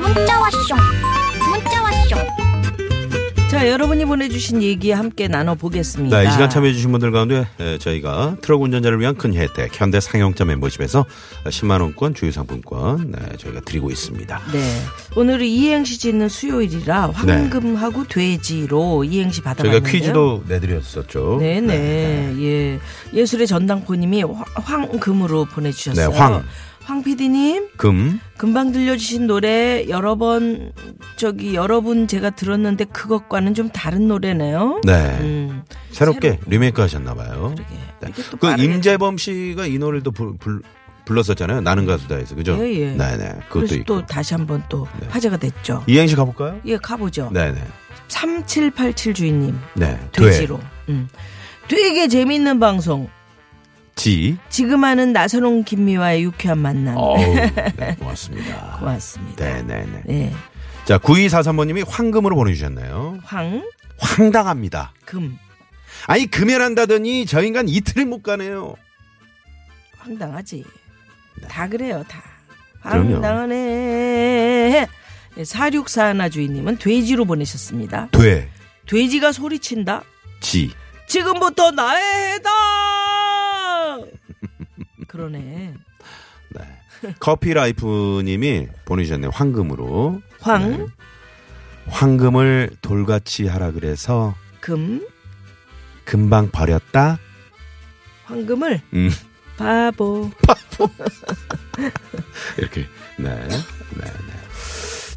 문자 왔쇼 문자 왔쇼 자, 여러분이 보내주신 얘기 함께 나눠보겠습니다. 네, 이 시간 참여해주신 분들 가운데 에, 저희가 트럭 운전자를 위한 큰 혜택 현대 상용차 멤버십에서 10만 원권 주유 상품권 네, 저희가 드리고 있습니다. 네. 오늘은 이행시 짓는 수요일이라 황금하고 돼지로 이행시 받아봤는데요. 네. 저희가 퀴즈도 내드렸었죠. 네네. 예. 예술의 전당포님이 화- 황금으로 보내주셨어요. 네, 황. 황 PD님, 금 금방 들려주신 노래 여러 번, 저기 여러분 제가 들었는데 그것과는 좀 다른 노래네요. 네. 음. 새롭게 리메이크 하셨나 봐요. 그러게. 네. 이게 또 그 빠르게 임재범 씨가 이 노래를 또 불, 불, 불렀었잖아요. 나는 가수다에서 그죠? 예, 예. 네, 네. 그것도 그래서 있고. 또 다시 한번 또 화제가 됐죠. 이행시 가볼까요? 예, 가보죠. 네, 네. 3787 주인님. 네. 돼지로. 음. 되게 재밌는 방송. 지. 지금 하는 나선홍 김미화의 유쾌한 만남. 어우, 네, 고맙습니다. 고맙습니다. 네, 네, 네. 네. 자, 9243번님이 황금으로 보내주셨네요. 황, 황당합니다. 금. 아니, 금연한다더니 저 인간 이틀을 못 가네요. 황당하지. 다 그래요, 다. 네. 그럼요. 황당하네. 4641 주인님은 돼지로 보내셨습니다. 돼, 돼지가 소리친다? 지. 지금부터 나의 해다! 그러네. 네. 커피라이프님이 보내주셨네요. 황금으로. 네. 황, 황금을 돌같이 하라 그래서 금, 금방 버렸다. 황금을 음. 바보. 이렇게. 네. 네, 네.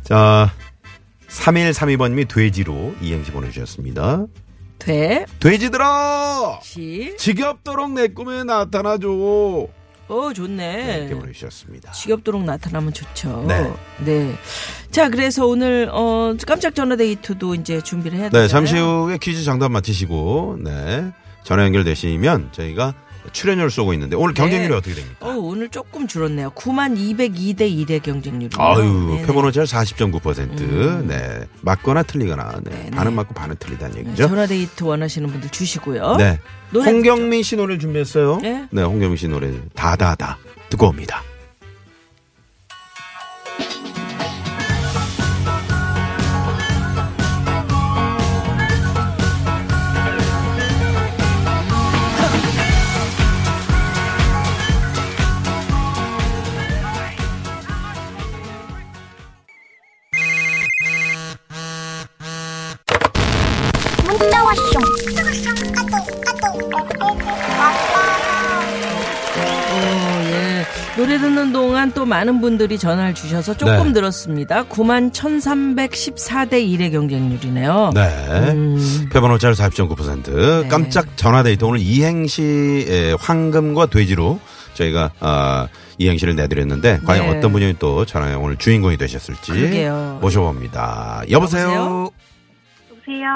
자, 3132번님이 돼지로 이행시 보내주셨습니다. 돼, 돼지들아! 지, 지겹도록 내 꿈에 나타나줘. 어, 좋네. 이렇게 보내주셨습니다. 지겹도록 나타나면 좋죠. 네. 네. 자, 그래서 오늘, 어, 깜짝 전화데이트도 이제 준비를 해야 되요 네, 잠시 후에 퀴즈 정답 맞히시고, 네. 전화 연결되시면 저희가 출연료를 쏘고 있는데, 오늘 경쟁률이 네. 어떻게 됩니까? 어, 오늘 조금 줄었네요. 9만 202대 1의 경쟁률이. 네. 아유, 표본오차 40.9%. 음. 네. 맞거나 틀리거나, 네. 반은 맞고 반은 틀리다는 얘기죠. 네. 전화데이트 원하시는 분들 주시고요. 노래 홍경민 씨 노래를 준비했어요. 네. 홍경민 씨 노래, 다다다. 듣고 옵니다. 문자 왔쇼 까똑 까똑 어, 예. 노래 듣는 동안 또 많은 분들이 전화를 주셔서 조금 네. 늘었습니다. 9만 1314대 1의 경쟁률이네요. 네. 음. 표본오차를 네. 40.9%. 깜짝 전화데이트 오늘 이행시 에, 황금과 돼지로 저희가 아, 이행시를 내드렸는데 과연 네. 어떤 분이 또 전화에 오늘 주인공이 되셨을지 그러게요. 모셔봅니다. 여보세요. 여보세요? 보세요.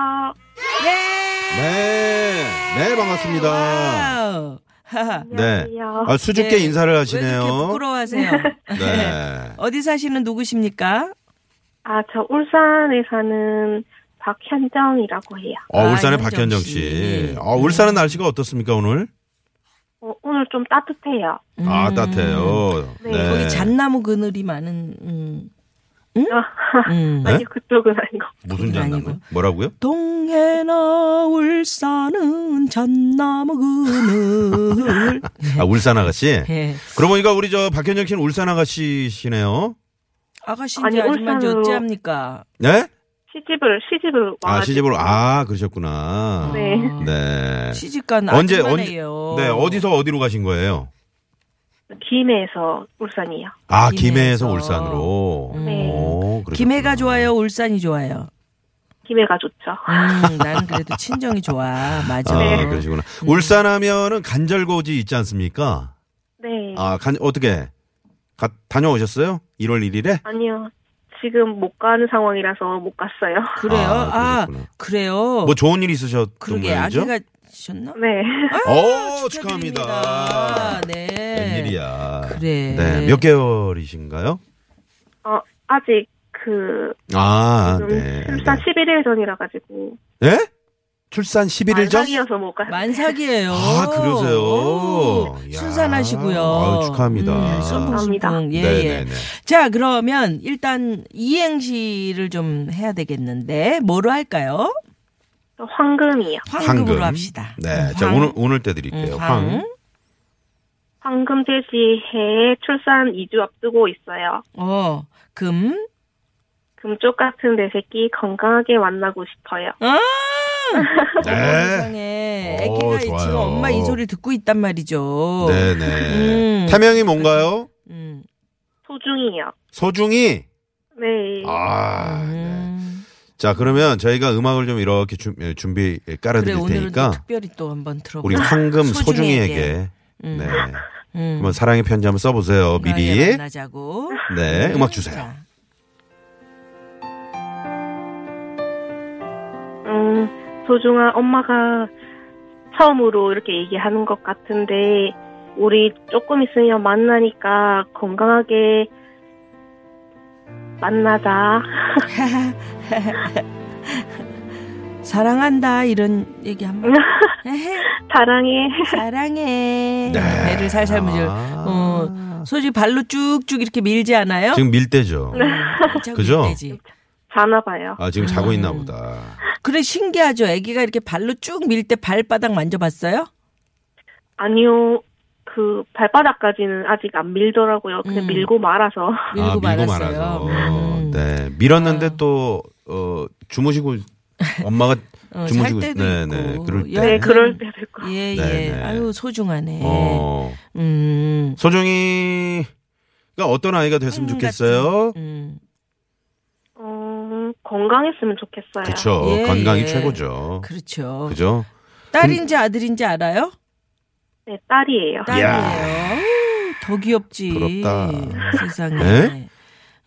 네. 네 반갑습니다. 와우. 하하. 네. 안녕하세요. 아, 네. 수줍게 인사를 왜 이렇게 하시네요. 부끄러워하세요? 네. 어디 사시는 누구십니까? 아, 저 울산에 사는 박현정이라고 해요. 어, 아, 울산의 현정 박현정 씨. 네. 씨. 어, 울산은 날씨가 어떻습니까 오늘? 어, 오늘 좀 따뜻해요. 아 따뜻해요. 네. 음. 거기 잣나무 그늘이 많은 음. 응? 음. 네? 어, 아니, 그쪽은 아니고. 무슨 그건 아니고. 장난? 뭐라고요? 동해나 울산은 잣나무 그늘. 아 울산 아가씨. 예. 그러고 보니까 우리 저 박현정 씨는 울산 아가씨시네요. 아가씨인지 아니, 아줌마인지 울산으로- 어찌합니까? 네? 시집을, 시집을 아 와가지고. 시집으로 아 그러셨구나. 네. 네. 네. 어, 시집간 언제 언제 아줌마네요. 네 어디서 어디로 가신 거예요? 김해에서 울산이요. 김해에서. 아 음. 김해에서 울산으로. 네. 오, 그러셨구나. 김해가 좋아요, 울산이 좋아요. 김해가 좋죠. 음, 나는 그래도 친정이 좋아. 맞아. 아 네. 그러시구나. 음. 울산하면은 간절고지 있지 않습니까? 네. 아. 아간 어떻게 가, 다녀오셨어요? 1월 1일에? 니요 지금 못 가는 상황이라서 못 갔어요. 그래요? 아, 아, 그러셨구나. 그래요. 뭐 좋은 일 있으셨던 그러게 모양이죠? 아기가 셨나 네. 어 축하합니다. 축하드립니다. 네. 웬일이야. 그래. 네. 몇 개월이신가요? 어, 아직 그 아, 지금 네. 출산 네. 11일 전이라 가지고 예? 출산 11일 전? 말이어서 못 가요. 만삭이에요. 아, 그러세요. 오, 야. 순산하시고요. 아유, 축하합니다. 순풍순풍. 예, 예. 네네네. 자, 그러면 일단 이행시를 좀 해야 되겠는데, 뭐로 할까요? 황금이요. 황금으로 합시다. 네. 음, 자, 황. 오늘, 오늘 때 드릴게요. 음, 황. 황금 돼지 해에 출산 2주 앞두고 있어요. 어, 금. 금쪽 같은 내 새끼 건강하게 만나고 싶어요. 아! 네. 세상에. 오, 애기가 지금 좋아요. 엄마 이 소리 듣고 있단 말이죠. 네네. 음. 태명이 뭔가요? 음. 소중이요. 소중이. 네. 아. 네. 음. 자, 그러면 저희가 음악을 좀 이렇게 주- 예, 준비 예, 그래, 깔아드릴 오늘은 또 테니까 특별히 또 한번 들어보자. 우리 황금 소중이에게. 음. 네. 음. 한번 사랑의 편지 한번 써보세요. 건강하게 뭐 미리. 만나자고. 네. 음악 주세요. 자, 음, 소중한 엄마가 처음으로 이렇게 얘기하는 것 같은데, 우리 조금 있으면 만나니까 건강하게 만나자. 사랑한다 이런 얘기 한번. 사랑해. 사랑해. 네. 배를 살살 문질. 아. 어, 솔직히 발로 쭉쭉 이렇게 밀지 않아요? 지금 밀 때죠. 음, 그죠? 밀대지. 자나 봐요. 아, 지금 자고 있나 보다. 그래 신기하죠. 아기가 이렇게 발로 쭉 밀 때 발바닥 만져봤어요? 아니요. 그 발바닥까지는 아직 안 밀더라고요. 그냥 음. 밀고 말아서. 밀고 아, 밀고 말았어요. 말아서. 음. 네. 밀었는데 또, 어, 주무시고, 엄마가 어, 주무시고, 살 때도 네, 있고. 네. 그럴 때. 야, 네, 네. 그럴 때도 있고. 예, 네, 예. 네. 아유, 소중하네. 어. 음. 소정이가 어떤 아이가 됐으면 황금 좋겠어요? 음. 어, 건강했으면 좋겠어요. 그쵸. 예, 건강이 예. 최고죠. 그렇죠. 그죠? 딸인지 아들인지 알아요? 네, 딸이에요. 딸이에요. 아우, 더 귀엽지. 부럽다. 세상에. 네?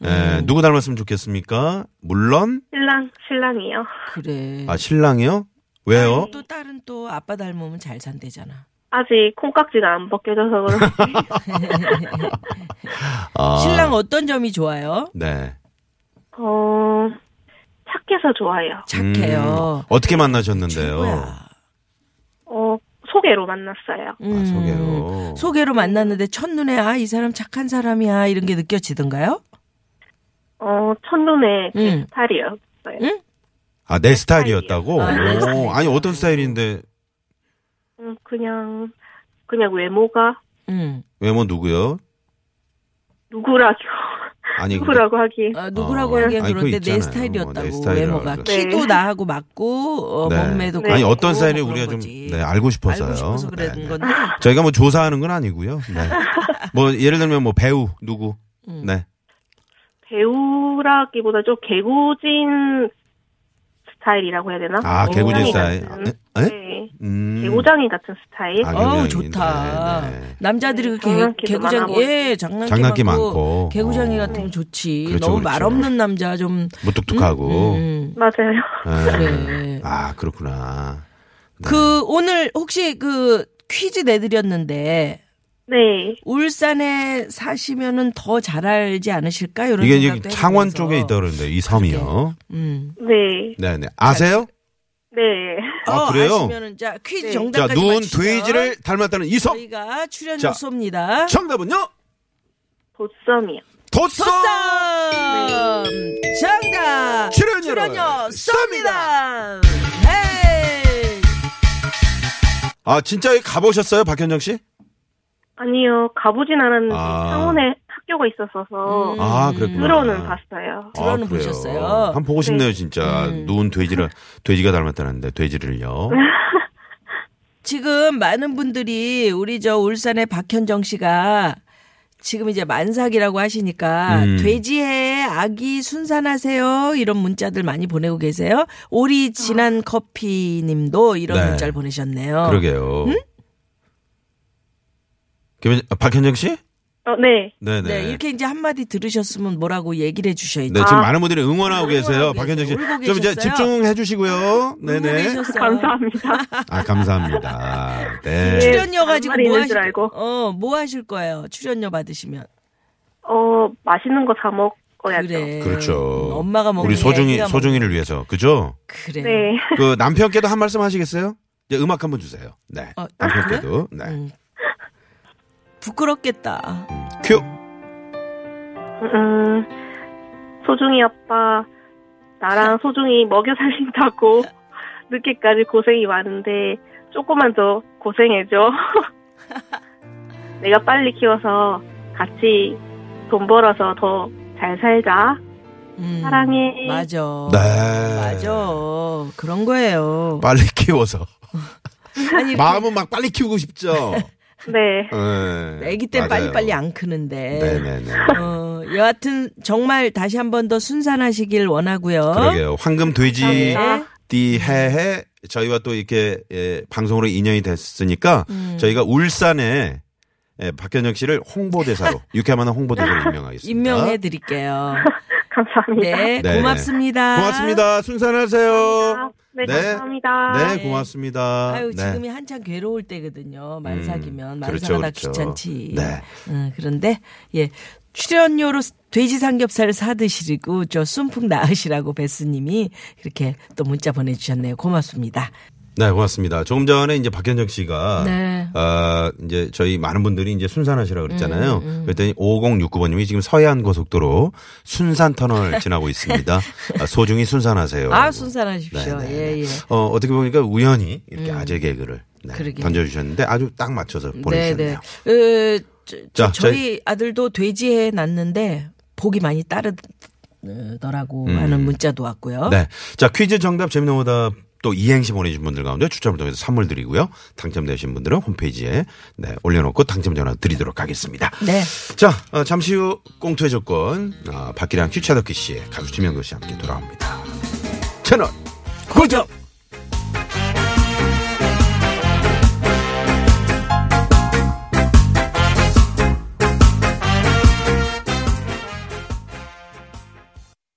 예, 음. 누구 닮았으면 좋겠습니까? 물론, 신랑, 신랑이요. 그래. 아, 신랑이요? 왜요? 또 딸은 또 아빠 닮으면 잘 산대잖아. 아직 콩깍지가 안 벗겨져서 그런지. 아, 신랑 어떤 점이 좋아요? 네. 어, 착해서 좋아요. 착해요. 그 음, 어떻게 만나셨는데요? 친구야. 어, 소개로 만났어요. 아, 음. 소개로. 소개로 만났는데 첫눈에 아 이 사람 착한 사람이야 이런 게 느껴지던가요? 어, 첫눈에 제 음. 스타일이었어요. 아, 내 스타일이었다고? 아, 내 오, 아니, 스타일이요. 어떤 스타일인데, 음, 그냥, 그냥 외모가 음. 외모 누구요? 누구라고, 아니, 근데 누구라고 하기엔. 아, 누구라고 어. 하기엔 아니, 그런데 그거 있잖아요. 내 스타일이었다고 내 스타일이라고 외모가 그래서. 키도 네. 나하고 맞고 어, 몸매도 네. 아니 그렇고 어떤 스타일이 뭐 그런 우리가 좀 거지. 네, 알고 싶어서요. 알고 싶어서 그런 네, 네. 건데 저희가 뭐 조사하는 건 아니고요. 네. 뭐 예를 들면 뭐 배우 누구? 음. 네. 배우라기보다 좀 개구진 스타일이라고 해야 되나? 어, 아 개구진 뭐 개구장이 스타일. 아, 같은, 네? 네? 네. 음. 개구장이 같은 스타일. 아, 어우 굉장히, 좋다. 네, 네. 남자들이 네, 그렇게 장난기도 개구장 많아 예 장난기, 장난기 많고, 많고. 개구장이 어. 같으면 좋지. 그렇죠, 너무 그렇죠. 어. 말없는 남자 좀뭐 무뚝뚝하고. 음. 맞아요. 네. 그래. 아 그렇구나. 그 오늘 혹시 그 퀴즈 내드렸는데 네. 울산에 사시면은 더 잘 알지 않으실까 이런 이게 생각도 여기 창원 해보면서. 쪽에 있다 그러는데 이 섬이요. 음. 네. 네네. 아세요? 네. 아, 어, 그래요? 아시면은 자 퀴즈 자 정답까지 누운 맞추면 돼지를 닮았다는 이 섬. 저희가 출연료 자. 쏩니다. 정답은요? 보쌈이요. 도섬. 도쌈 정답 출연료를 출연료 쏩니다. 헤이 아 진짜 여기 가보셨어요 박현정 씨? 음. 아니요, 가보진 않았는데, 아. 창원에 학교가 있었어서, 음. 아 그렇구나. 아, 들어는 봤어요. 들어는 그래요? 보셨어요? 음. 한번 보고 싶네요, 진짜. 누운 돼지를, 돼지가 닮았다는데, 돼지를요. 지금 많은 분들이 우리 저 울산의 박현정 씨가 지금 이제 만삭이라고 하시니까 음. 돼지해 아기 순산하세요 이런 문자들 많이 보내고 계세요. 오리 지난 커피님도 이런 네. 문자를 보내셨네요. 그러게요. 김현, 아, 박현정 씨? 어, 네. 네네. 네, 이렇게 이제 한마디 들으셨으면 뭐라고 얘기를 해주셔야죠. 네, 지금 아. 많은 분들이 응원하고 계세요. 계세요. 박현정 씨. 울고 좀 이제 계셨어요? 집중해 주시고요. 네네. 응원해주셨어요. 감사합니다. 아, 감사합니다. 네. 예. 출연료 가지고 뭐 반말이 있는 하실 줄 알고. 어, 뭐 하실 거예요? 출연료 받으시면. 어, 맛있는 거 사 먹어야죠. 그래. 그렇죠. 예. 엄마가 먹는 뭐. 우리 게 소중이, 아이가 먹는 소중이를 위해서. 그죠? 그래. 네. 그 남편께도 한 말씀 하시겠어요? 이제 음악 한번 주세요. 네. 어, 남편께도. 네. 음. 부끄럽겠다. 큐. 음, 소중이 아빠, 나랑 소중이 먹여 살린다고 늦게까지 고생이 많은데, 조금만 더 고생해줘. 내가 빨리 키워서 같이 돈 벌어서 더 잘 살자. 음, 사랑해. 맞아. 네. 맞아. 그런 거예요. 빨리 키워서. 아니, 마음은 막 빨리 키우고 싶죠. 네. 네. 아기 때 맞아요. 빨리빨리 안 크는데. 네네네. 어, 여하튼 정말 다시 한 번 더 순산하시길 원하고요. 그러게요. 황금 아, 돼지 감사합니다. 띠 해해 저희와 또 이렇게 예, 방송으로 인연이 됐으니까 음. 저희가 울산에 예, 박현정 씨를 홍보대사로 유쾌만한 홍보대사로 임명하겠습니다. 임명해 드릴게요. 감사합니다. 네, 네. 고맙습니다. 고맙습니다. 순산하세요. 네, 네. 감사합니다. 네, 고맙습니다. 아유, 네. 지금이 한창 괴로울 때거든요. 말 음, 사귀면. 말 그렇죠, 사가다 그렇죠. 귀찮지. 네. 어, 그런데, 예. 출연료로 돼지 삼겹살 사드시고, 저 순풍 나으시라고 베스님이 이렇게 또 문자 보내주셨네요. 고맙습니다. 네, 고맙습니다. 조금 전에 이제 박현정 씨가 네. 아, 이제 저희 많은 분들이 이제 순산하시라 그랬잖아요. 음, 그랬더니 5069번 님이 지금 서해안 고속도로 순산 터널 지나고 있습니다. 아, 소중히 순산하세요. 아, 순산하십시오. 네, 네, 예, 예. 어, 어떻게 보니까 우연히 이렇게 아재 개그를 네, 그러게요. 던져주셨는데 아주 딱 맞춰서 보내주셨네요. 네, 네. 어, 저, 자, 희 아들도 돼지해 났는데 복이 많이 따르더라고 하는 문자도 왔고요. 음. 네. 자, 퀴즈 정답 재미난 오답 또 이행시 보내주신 분들 가운데 추첨을 통해서 선물 드리고요. 당첨되신 분들은 홈페이지에 네, 올려놓고 당첨 전화 드리도록 하겠습니다. 네. 자, 어, 잠시 후 꽁투의 조건, 어, 박기량, 큐차덕기 씨, 가수 지명도 씨와 함께 돌아옵니다. 채널 고정!